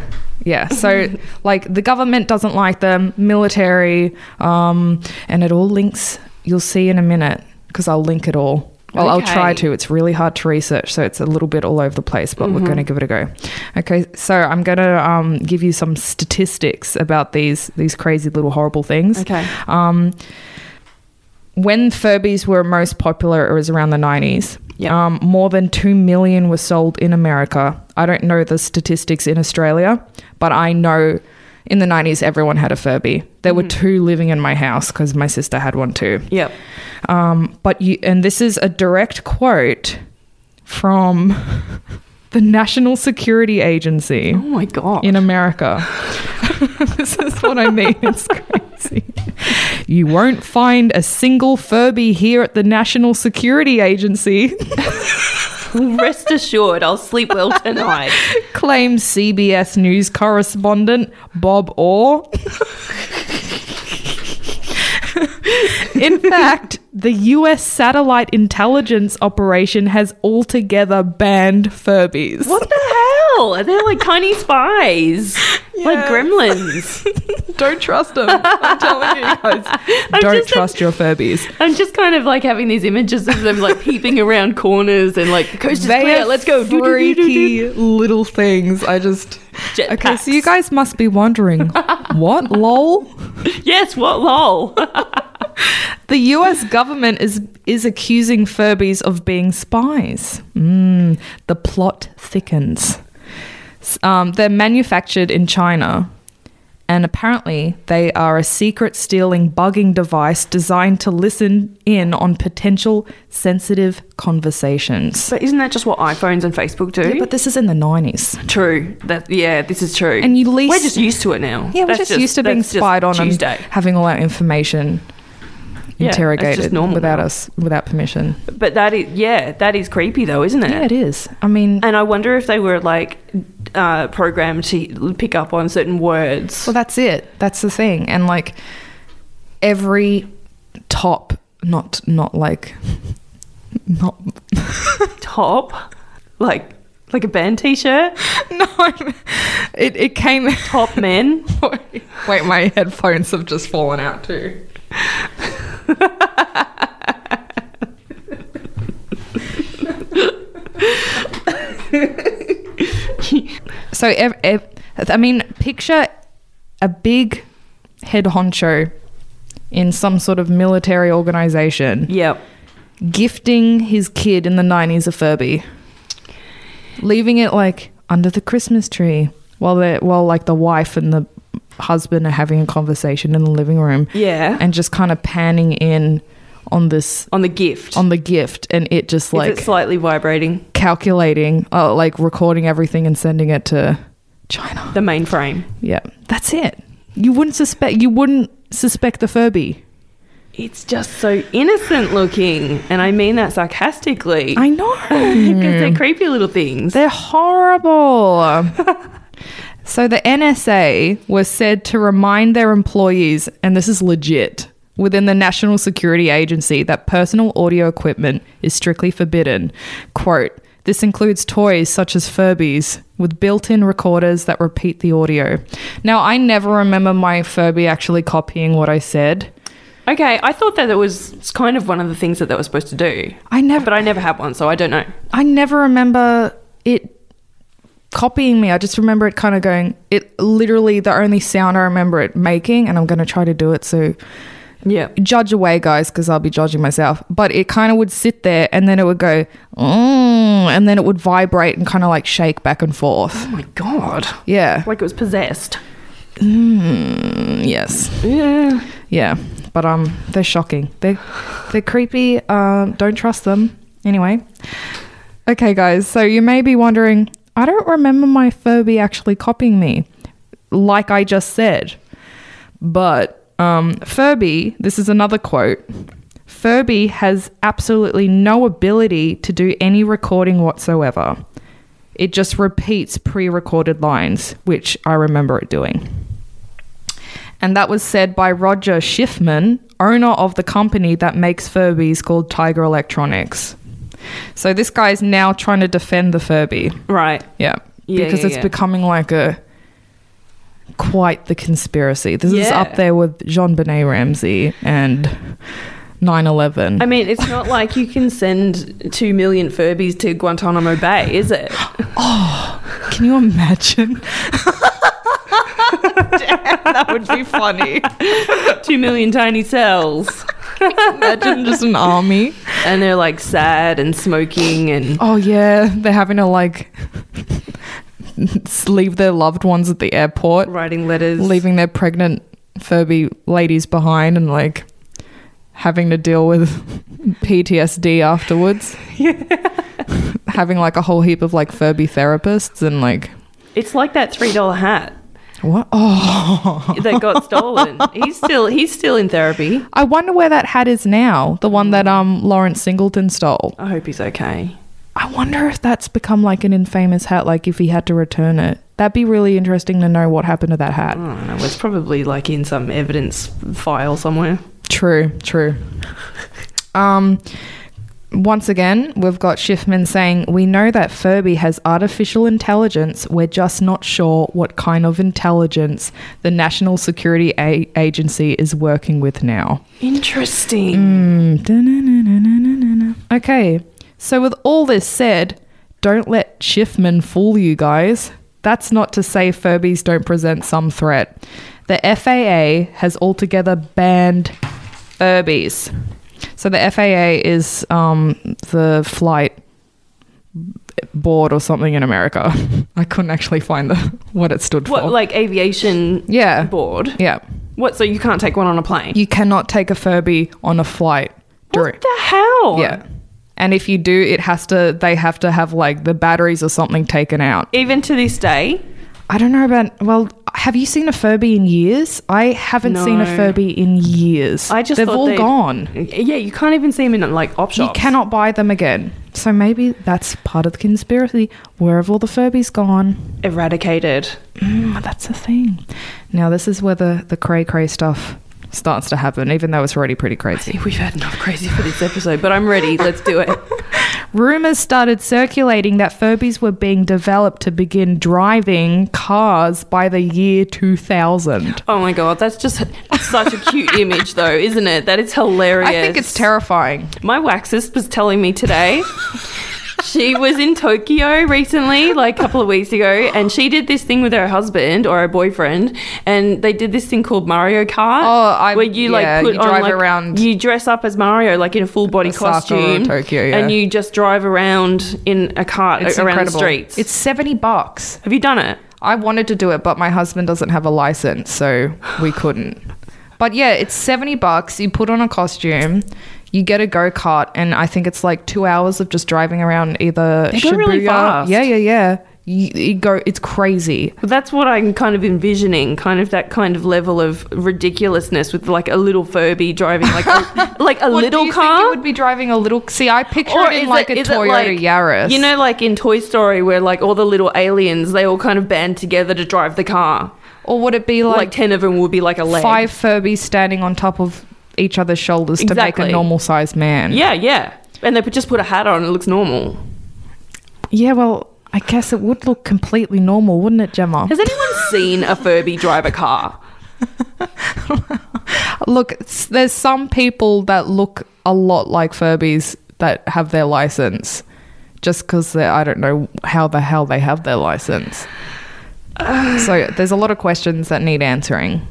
Yeah. So like the government doesn't like them, military, um, and it all links. You'll see in a minute because I'll link it all. Well, I'll try
Okay.
to. It's really hard to research, so it's a little bit all over the place, but
Mm-hmm.
we're going to give it a go. Okay, so I'm going to um, give you some statistics about these these crazy little horrible things.
Okay.
Um, when Furbies were most popular, it was around the 90s.
Yep.
Um, more than 2 million were sold in America. I don't know the statistics in Australia, but I know in the 90s everyone had a Furby. There were
Mm-hmm.
two living in my house because my sister had one too.
Yep.
Um, but you, and this is a direct quote from the National Security Agency
Oh my god.
in America. this is what I mean. It's crazy. You won't find a single Furby here at the National Security Agency,
Rest assured, I'll sleep well tonight.
claims CBS News correspondent Bob Orr. In fact, the US satellite intelligence operation has altogether banned Furbies.
what the hell? They're like tiny spies, like
Yeah.
gremlins.
Don't trust them. I'm telling you guys. Don't
just a-
trust your Furbies.
I'm just kind of like having these images of them like peeping around corners and like the coast is
they
clear.
are
Let's go. Do-do-do-do-do.
freaky little things. I just
Jet
okay.
packs.
So you guys must be wondering, what lol?
Yes. What? Lol.
The U.S. government is is accusing Furbies of being spies. Mm, the plot thickens. S- Um, they're manufactured in China. And apparently, they are a secret stealing bugging device designed to listen in on potential sensitive conversations.
but isn't that just what iPhones and Facebook do?
Yeah, but this is in the 90s.
True. That yeah, this is true.
And you least-
we're just used to it now.
Yeah, we're
That's
just, used to being
that's just
spied on
Tuesday.
and having all our information
Yeah, that's just
interrogated
normal
without
now.
us without permission.
But that is yeah, that is creepy though, isn't it?
Yeah, it is. I mean,
And I wonder if they were like uh, programmed to pick up on certain words.
well, that's it. That's the thing. And like every top, not not like not
top, like like a band T-shirt.
no. I'm- It it came.
Top men.
Wait, my headphones have just fallen out too. So, ev- ev- I mean, picture a big head honcho in some sort of military organization
yep.
gifting his kid in the 90s a Furby, leaving it like under the Christmas tree while they while like the wife and the husband are having a conversation in the living room
Yeah.
and just kind of panning in on this
on the gift.
on the gift and it just
Is
like
it slightly vibrating
calculating uh, like recording everything and sending it to China.
the mainframe?
Yeah. That's it. You wouldn't suspect you wouldn't suspect the Furby.
It's just so innocent looking, and I mean that sarcastically.
I know.
because they're creepy little things.
They're horrible. So the NSA was said to remind their employees, and this is legit, within the National Security Agency that personal audio equipment is strictly forbidden. Quote, this includes toys such as Furbies with built in recorders that repeat the audio. Now, I never remember my Furby actually copying what I said.
Okay, I thought that it was it's kind of one of the things that they were supposed to do,
I never.
but I never had one, so I don't know.
I never remember it copying me. I just remember it kind of going, it literally the only sound I remember it making, and I'm going to try to do it. So
Yeah.
judge away, guys, because I'll be judging myself. But it kind of would sit there and then it would go, mm, and then it would vibrate and kind of like shake back and forth.
Oh my god.
Yeah.
Like it was possessed.
Mm, yes.
Yeah.
Yeah. But um, they're shocking. They're, they're creepy. Um, don't trust them. Anyway. Okay, guys. So you may be wondering, I don't remember my Furby actually copying me, like I just said. But um, Furby, this is another quote Furby has absolutely no ability to do any recording whatsoever. It just repeats pre recorded lines, which I remember it doing. And that was said by Roger Schiffman, owner of the company that makes Furbies called Tiger Electronics. So this guy's now trying to defend the Furby.
Right.
Yeah.
Yeah,
because
yeah,
it's
yeah.
becoming like a quite the conspiracy. This is
Yeah.
up there with Jean Benet Ramsey and 9 11.
I mean, it's not like you can send two million Furbies to Guantanamo Bay, is it?
Can you imagine? that would be funny.
two million tiny cells.
Imagine just an army.
And they're like sad and smoking and
Oh yeah, they're having to like leave their loved ones at the airport,
writing letters.
leaving their pregnant Furby ladies behind, and like having to deal with PTSD afterwards. having like a whole heap of like Furby therapists and like
It's like that three dollar hat
what? Oh,
that got stolen. He's still he's still in therapy.
I wonder where that hat is now. The one that um Lawrence Singleton stole.
I hope he's okay.
I wonder if that's become like an infamous hat. Like if he had to return it, that'd be really interesting to know what happened to that hat.
I don't know. It's probably like in some evidence file somewhere.
True, true. Um, once again, we've got Schiffman saying, We know that Furby has artificial intelligence. We're just not sure what kind of intelligence the National Security A- Agency is working with now.
Interesting.
Mm, da-na-na-na-na-na-na. Mm. Okay, so with all this said, don't let Schiffman fool you guys. That's not to say Furbies don't present some threat. The FAA has altogether banned Furbies. So the FAA is um, the flight board or something in America. I couldn't actually find the, what it stood
What
for.
like aviation
yeah,
board?
yeah.
What? So you can't take one on a plane?
You cannot take a Furby on a flight. during.
what the hell?
Yeah. And if you do, it has to, they have to have like the batteries or something taken out.
Even to this day,
I don't know about, well, have you seen a Furby in years? I haven't seen a
No.
Furby in years.
I just
They've
thought
all
they'd-
gone.
yeah, you can't even see them in like op shops.
You cannot buy them again. So maybe that's part of the conspiracy. Where have all the Furbies gone?
eradicated.
Mm, that's the thing. Now, this is where the, the cray cray stuff starts to happen, even though it's already pretty crazy.
I think we've had enough crazy for this episode, but I'm ready. Let's do it.
Rumors started circulating that Furbies were being developed to begin driving cars by the year 2000.
Oh my god, that's just such a cute image, though, isn't it? That is hilarious.
I think it's terrifying.
My waxist was telling me today. she was in Tokyo recently, like a couple of weeks ago, and she did this thing with her husband or her boyfriend, and they did this thing called Mario Kart.
Oh, I-
where you
yeah,
like put
you
on
drive
like,
around-
you dress up as Mario, like in a full body
Osaka or
costume,
Tokyo, yeah.
and you just drive around in a cart
It's
a- around
incredible.
the streets.
It's 70 bucks.
Have you done it?
I wanted to do it, but my husband doesn't have a license, so we couldn't. But yeah, it's 70 bucks. You put on a costume, you get a go kart, and I think it's like two hours of just driving around either
go really
Shibuya.
fast.
Yeah, yeah, yeah. y- it go it's crazy.
But that's what I'm kind of envisioning, kind of that kind of level of ridiculousness with like a little Furby driving like a, like a
What, do
little
you think
car.
it would be driving a little. See, I picture it in like a
is it
Toyota
like-
Yaris.
You know, like in Toy Story, where like all the little aliens, they all kind of band together to drive the car.
or would it be
Like,
like,
ten of them will be like a leg.
five Furbies standing on top of each other's shoulders to make
Exactly.
a normal sized man?
Yeah, yeah. And they put- just put a hat on. It looks normal.
Yeah, well, I guess it would look completely normal, wouldn't it, Gemma?
Has anyone seen a Furby drive a car?
Look, s- there's some people that look a lot like Furbies that have their license just because I don't know how the hell they have their license. so there's a lot of questions that need answering.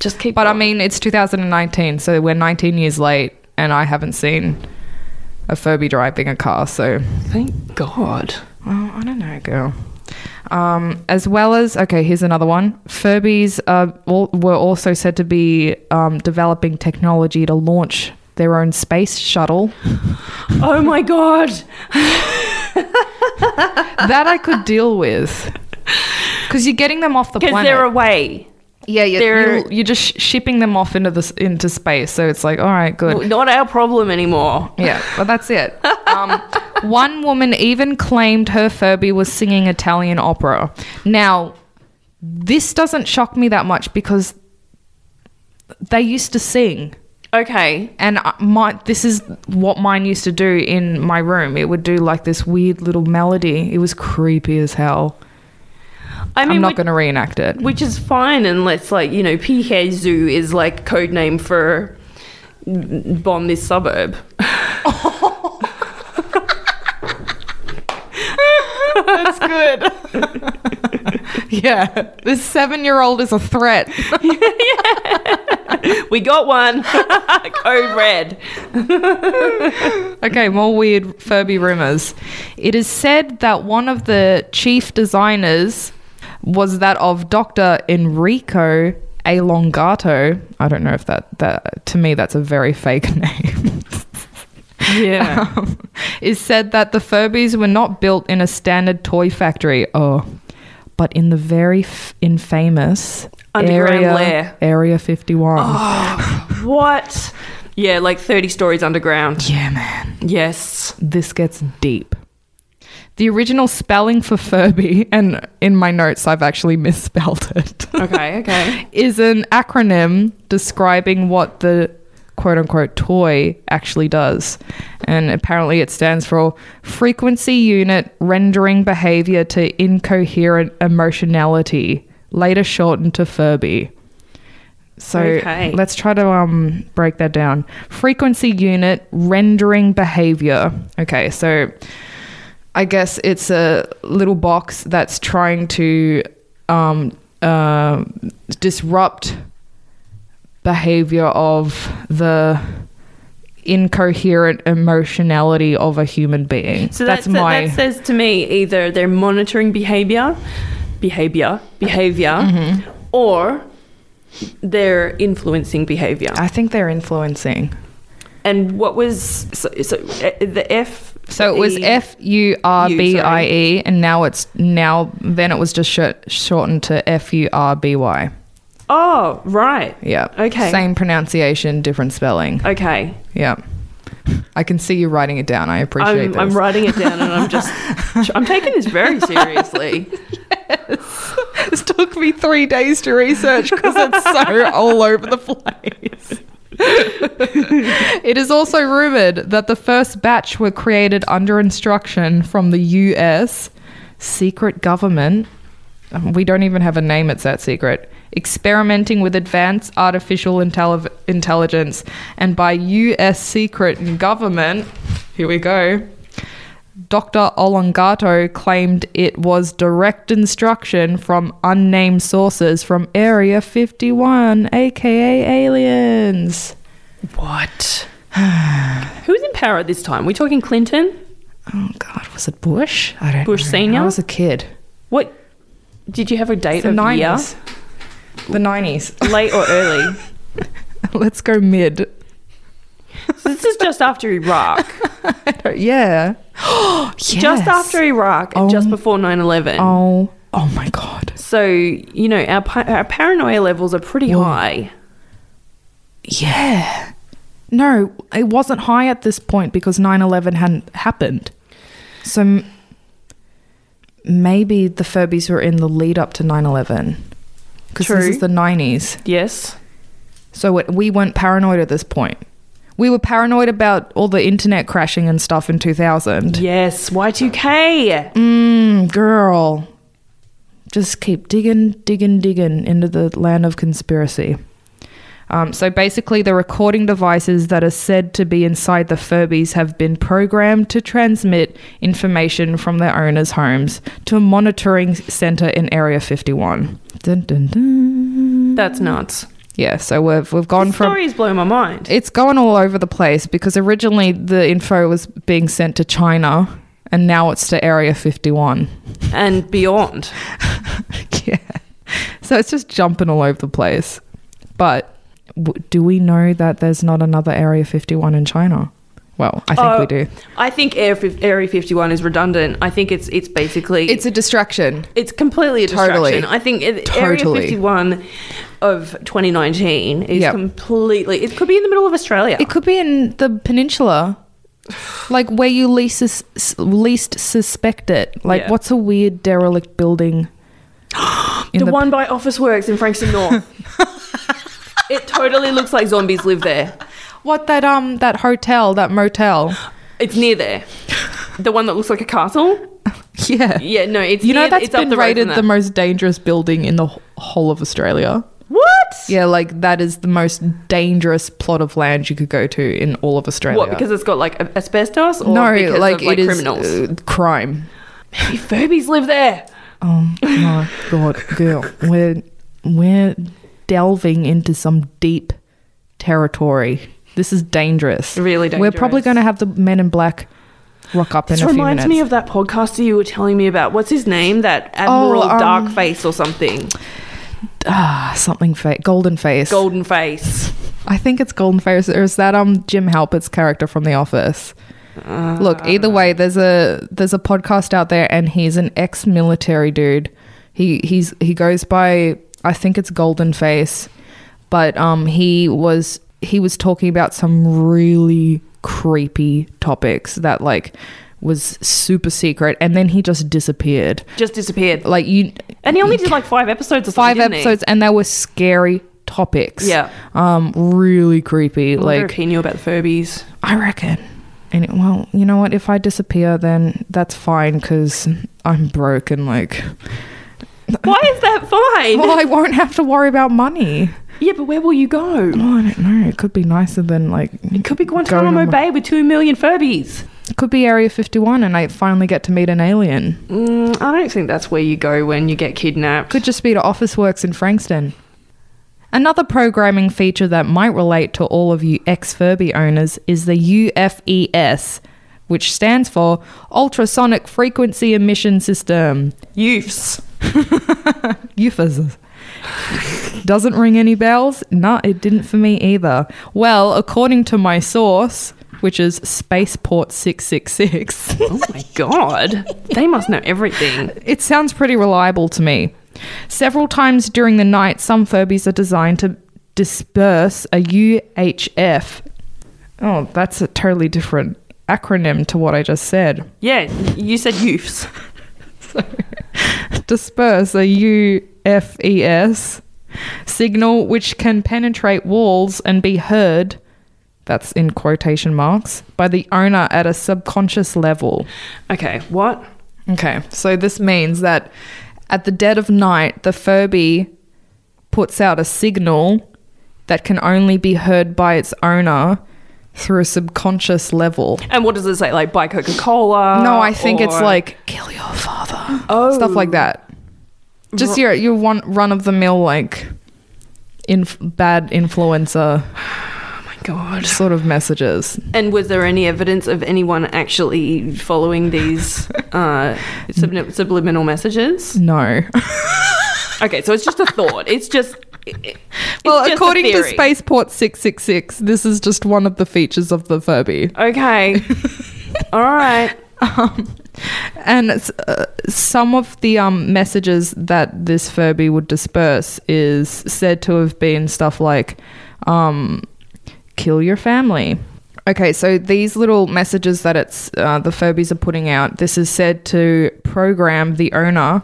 Just keep.
But I
going.
mean, it's 2019, so we're 19 years late, and I haven't seen a Furby driving a car, so.
thank God.
Oh, I don't know, girl. Um, as well as okay, here's another one. Furbies uh, all, were also said to be um, developing technology to launch their own space shuttle.
Oh my God.
that I could deal with because you're getting them off the
Because
planet.
they're away.
yeah, you're,
they're-
you're, you're just sh- shipping them off into this into space. So it's like, all right, good.
Not our problem anymore.
Yeah, well, that's it. Um, one woman even claimed her Furby was singing Italian opera. Now, this doesn't shock me that much because they used to sing.
Okay.
And I- my this is what mine used to do in my room. It would do like this weird little melody. It was creepy as hell.
I mean,
I'm not
would-
going to reenact it.
which is fine unless like you know PK Zoo is like code name for bomb this suburb.
That's good. yeah, this seven-year-old is a threat.
We got one code red.
Okay, more weird Furby rumors. It is said that one of the chief designers was that of Dr. Enrico Elongato. I don't know if that, that to me, that's a very fake name.
Yeah.
Um, is said that the Furbies were not built in a standard toy factory. Oh, but in the very f- infamous
Underground
area,
lair. Ah.
Area 51.
what? Yeah, like 30 stories underground.
Yeah, man.
Yes.
this gets deep. The original spelling for Furby, and in my notes I've actually misspelled it,
Okay, okay.
is an acronym describing what the quote unquote toy actually does. And apparently it stands for Frequency Unit Rendering Behavior to Incoherent Emotionality, later shortened to Furby. So
Okay.
let's try to um, break that down. Frequency unit rendering behavior. Okay, so I guess it's a little box that's trying to um, uh, disrupt behavior of the incoherent emotionality of a human being.
So
that's,
that's,
my
that says to me either they're monitoring behavior, behavior, behavior,
Mm-hmm.
or they're influencing behavior.
I think they're influencing.
And what was so, so uh, the F?
So it was
E-
F U R B I E, and now it's now then it was just short, shortened to F U R B Y.
Oh, right.
Yeah.
Okay.
Same pronunciation, different spelling.
Okay.
Yeah. I can see you writing it down. I appreciate
I'm,
this.
I'm writing it down and I'm just, I'm taking this very seriously.
This took me three days to research because it's so all over the place. it is also rumored that the first batch were created under instruction from the US secret government. um, We don't even have a name, it's that secret. Experimenting with advanced artificial intelli- intelligence. And by US secret government, here we go. Dr. Olongato claimed it was direct instruction from unnamed sources from Area 51, aka aliens.
What? Who's in power at this time? We talking Clinton?
Oh God, was it Bush? I don't.
Bush
know.
Senior?
I was a kid.
What? Did you have a date
The
of
nineties. The nineties.
year? Late or early?
Let's go mid.
So this is just after Iraq.
I don't- yeah.
Just
Yes.
after Iraq and
Oh.
just before 9 11.
Oh, oh my god.
So, you know, our, pa- our paranoia levels are pretty high.
Yeah. No, it wasn't high at this point because 9/11 hadn't happened. So m- maybe the Furbies were in the lead up to 9/11 because this
True.
is the 90s.
Yes.
So it, we weren't paranoid at this point. We were paranoid about all the internet crashing and stuff in 2000.
Yes. Y2K.
Mm, girl. Just keep digging, digging, digging into the land of conspiracy. Um, so basically, the recording devices that are said to be inside the Furbies have been programmed to transmit information from their owners' homes to a monitoring center in Area 51. Dun, dun, dun.
That's nuts.
Yeah, so we've, we've gone
The
Mm. from.
stories blow my mind.
It's going all over the place because originally the info was being sent to China and now it's to Area 51.
and beyond.
yeah. So it's just jumping all over the place. But w- do we know that there's not another Area 51 in China? Well, I think
Oh,
we do.
I think Air fif- Area 51 is redundant. I think it's it's basically
It's a distraction.
it's completely a distraction.
Totally.
I think it,
Totally.
Area 51 of 2019 is
Yep.
completely it could be in the middle of Australia.
It could be in the peninsula, like where you least, sus- s- least suspect it. Like,
Yeah.
what's a weird derelict building? in
the, one by Office Works in Frankston North. it totally looks like zombies live there.
What that um that hotel, that motel.
It's near there. The one that looks like a castle?
Yeah.
Yeah, no, it's
You know
near-
that's
it's up
been
the road
rated
from
the
that.
most dangerous building in the wh- whole of Australia.
What?
Yeah, like that is the most dangerous plot of land you could go to in all of Australia.
What? Because it's got like a- asbestos, or
no,
because
like,
of, like
it is
criminals.
uh, crime.
Maybe Furbies live there.
Oh my god, girl, we're we're delving into some deep territory. This is dangerous.
Really
We're probably
dangerous.
going to have the Men in Black rock up
This
in a few
reminds
minutes.
me of that podcaster you were telling me about. What's his name? That Admiral
Oh, um,
Darkface or something.
ah, something fa- golden face.
Golden Face.
I think it's Golden Face, or is that um Jim Halpert's character from The Office? Look, either
Ah.
way, there's a there's a podcast out there, and he's an ex-military dude. He he's he goes by I think it's Golden Face, but um he was he was talking about some really creepy topics that like was super secret, and then he just disappeared.
Just disappeared.
Like you,
And he only did like five episodes or something.
five
didn't he?
episodes, and they were scary topics.
Yeah.
um, really creepy.
I wonder if
Like
he knew about the Furbies.
I reckon. And it- well, you know what? If I disappear, then that's fine because I'm broke and like,
Why is that fine?
well, I won't have to worry about money.
Yeah, but where will you go?
Well, I don't know. It could be nicer than like,
It could be
Going
Guantanamo
on-
Bay with two million Furbies.
it could be Area 51 and I finally get to meet an alien.
Mm, I don't think that's where you go when you get kidnapped.
Could just be to Office Works in Frankston. Another programming feature that might relate to all of you ex Furby owners is the UFES, which stands for Ultrasonic Frequency Emission System.
Youths.
Euphemism. Doesn't ring any bells? Nah, it didn't for me either. Well, according to my source, which is Spaceport 666,
Oh my god. They must know everything.
it sounds pretty reliable to me. Several times during the night, some Furbies are designed to disperse a UHF. Oh, that's a totally different acronym to what I just said.
Yeah, you said youths.
disperse a UFES signal which can penetrate walls and be heard, that's in quotation marks, by the owner at a subconscious level.
Okay, what?
Okay, so this means that at the dead of night, the Furby puts out a signal that can only be heard by its owner through a subconscious level.
And what does it say? Like buy Coca Cola?
No, I think it's like kill your father,
Oh.
stuff like that. Just your your one run of the mill like, inf- bad influencer
Oh my god.
sort of messages.
And was there any evidence of anyone actually following these uh, sublim- subliminal messages?
No.
Okay, so it's just a thought. It's just. it- it's
well,
just a
according to
theory.
Spaceport six six six, this is just one of the features of the Furby.
Okay. All right.
Um, and it's, uh, some of the um, messages that this Furby would disperse is said to have been stuff like, um, kill your family. Okay, so these little messages that it's uh, the Furbies are putting out, this is said to program the owner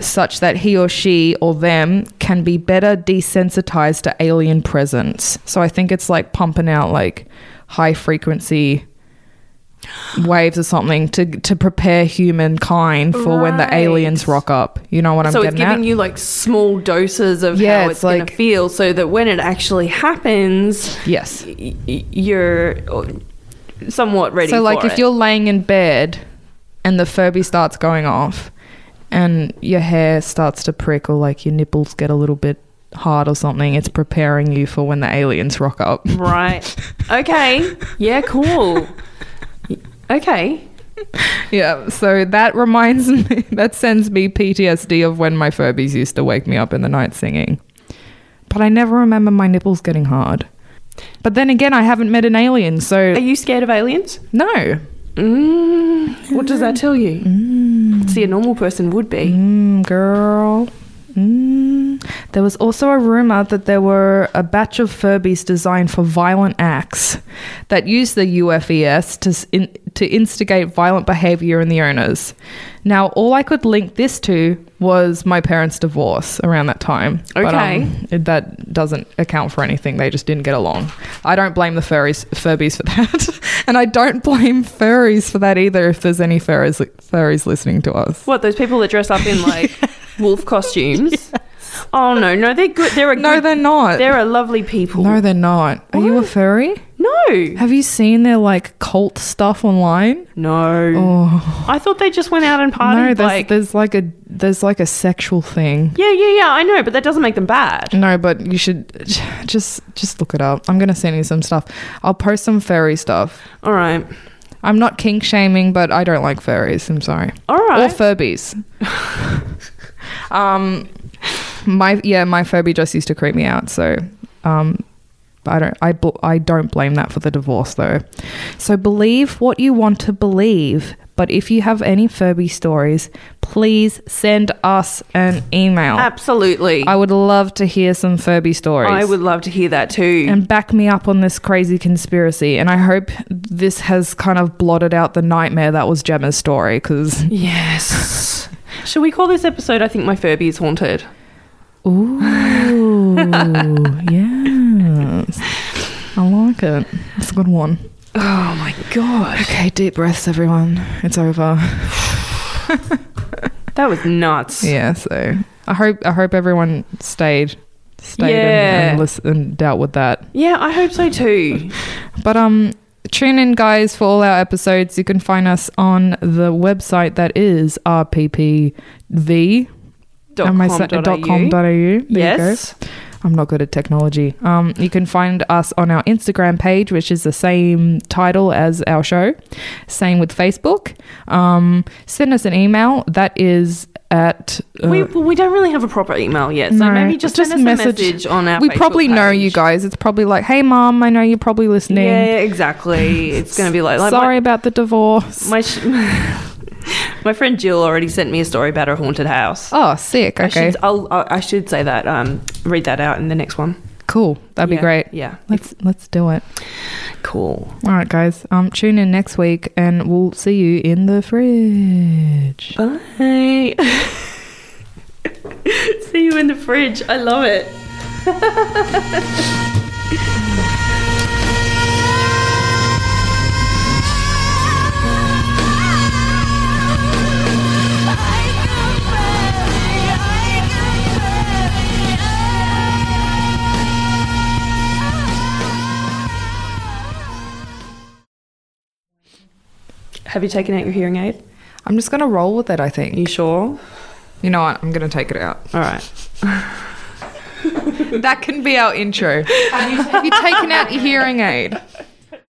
such that he or she or them can be better desensitized to alien presence. So I think it's like pumping out like high frequency waves or something to to prepare humankind for when the
Right.
aliens rock up. You know what I'm
so it's
getting
giving
at?
you like small doses of
Yeah,
how
it's
it's, going
like-
to feel so that when it actually happens,
yes.
y- y- you're uh, somewhat ready
So, like,
for
if
it.
you're laying in bed and the Furby starts going off and your hair starts to prick or like your nipples get a little bit hard or something, it's preparing you for when the aliens rock up.
Right. Okay. Yeah, cool. Okay.
yeah. So that reminds me, that sends me PTSD of when my Furbies used to wake me up in the night singing. But I never remember my nipples getting hard. But then again, I haven't met an alien,
Are
so
you scared of aliens?
no.
Mm, what does that tell you? See, a normal person would be.
Mm, girl. Mm. There was also a rumor that there were a batch of Furbies designed for violent acts that used the UFES to, s- in, to instigate violent behavior in the owners. Now, all I could link this to was my parents' divorce around that time. um,
Okay.
it- that doesn't account for anything. They just didn't get along. I don't blame the furries, Furbies for that. and I don't blame furries for that either if there's any furries, furries listening to us.
What those people that dress up in like wolf costumes? Oh no, no, they're good. They're a
No,
good,
they're not.
they're a lovely people.
no, they're not. Are you a
What?
furry?
no,
Have you seen their like cult stuff online?
no.
Oh
I thought they just went out and
no,
partied.
there's
like,
there's like a there's like a sexual thing.
yeah, yeah, yeah. I know, but that doesn't make them bad.
No, but you should just just look it up. I'm gonna send you some stuff. I'll post some furry stuff.
All right,
I'm not kink shaming, but I don't like furries. I'm sorry.
all right.
Or Furbies. um, my yeah, my Furby just used to creep me out. So, um, I don't I bl- I don't blame that for the divorce though. So believe what you want to believe. But if you have any Furby stories, please send us an email.
Absolutely.
I would love to hear some Furby stories
I would love to hear that too.
and back me up on this crazy conspiracy. And I hope this has kind of blotted out the nightmare that was Gemma's story because
Yes. Shall we call this episode I Think My Furby is Haunted?
Ooh, yes. I like it. It's a good one.
Oh my god.
Okay, deep breaths, everyone. It's over.
That was nuts.
Yeah, so I hope I hope everyone stayed, stayed and, and,
Yeah.
listen, and dealt with that.
Yeah, I hope so too.
But um, tune in, guys, for all our episodes. You can find us on the website that is rppv.
Dot
am I
com
sa-
dot
dot
au.
com dot au. There you go.
Yes.
I'm not good at technology. Um, you can find us on our Instagram page, which is the same title as our show. Same with Facebook. Um, send us an email. That is at. uh,
we, well, we don't really have a proper email yet, so
No,
maybe just,
just
send us
message-
a message on our
we
Facebook
probably know
page.
you guys. It's probably like, hey, mom, I know you're probably listening.
Yeah, exactly. It's going to be like, like
Sorry about the divorce.
My, my, sh- my friend Jill already sent me a story about her haunted house.
oh, sick.
I
Okay,
should, I'll, I I should say that. Um, read that out in the next one.
cool. That'd
Yeah,
be great.
Yeah.
Let's let's do it.
Cool.
All right, guys. Um, tune in next week, and we'll see you in the fridge.
Bye. See you in the fridge. I love it. Have you taken out your hearing aid?
I'm just gonna roll with it. I think.
You sure?
You know what? I'm going to take it out.
All right.
That can be our intro. Have you, taken out your hearing aid?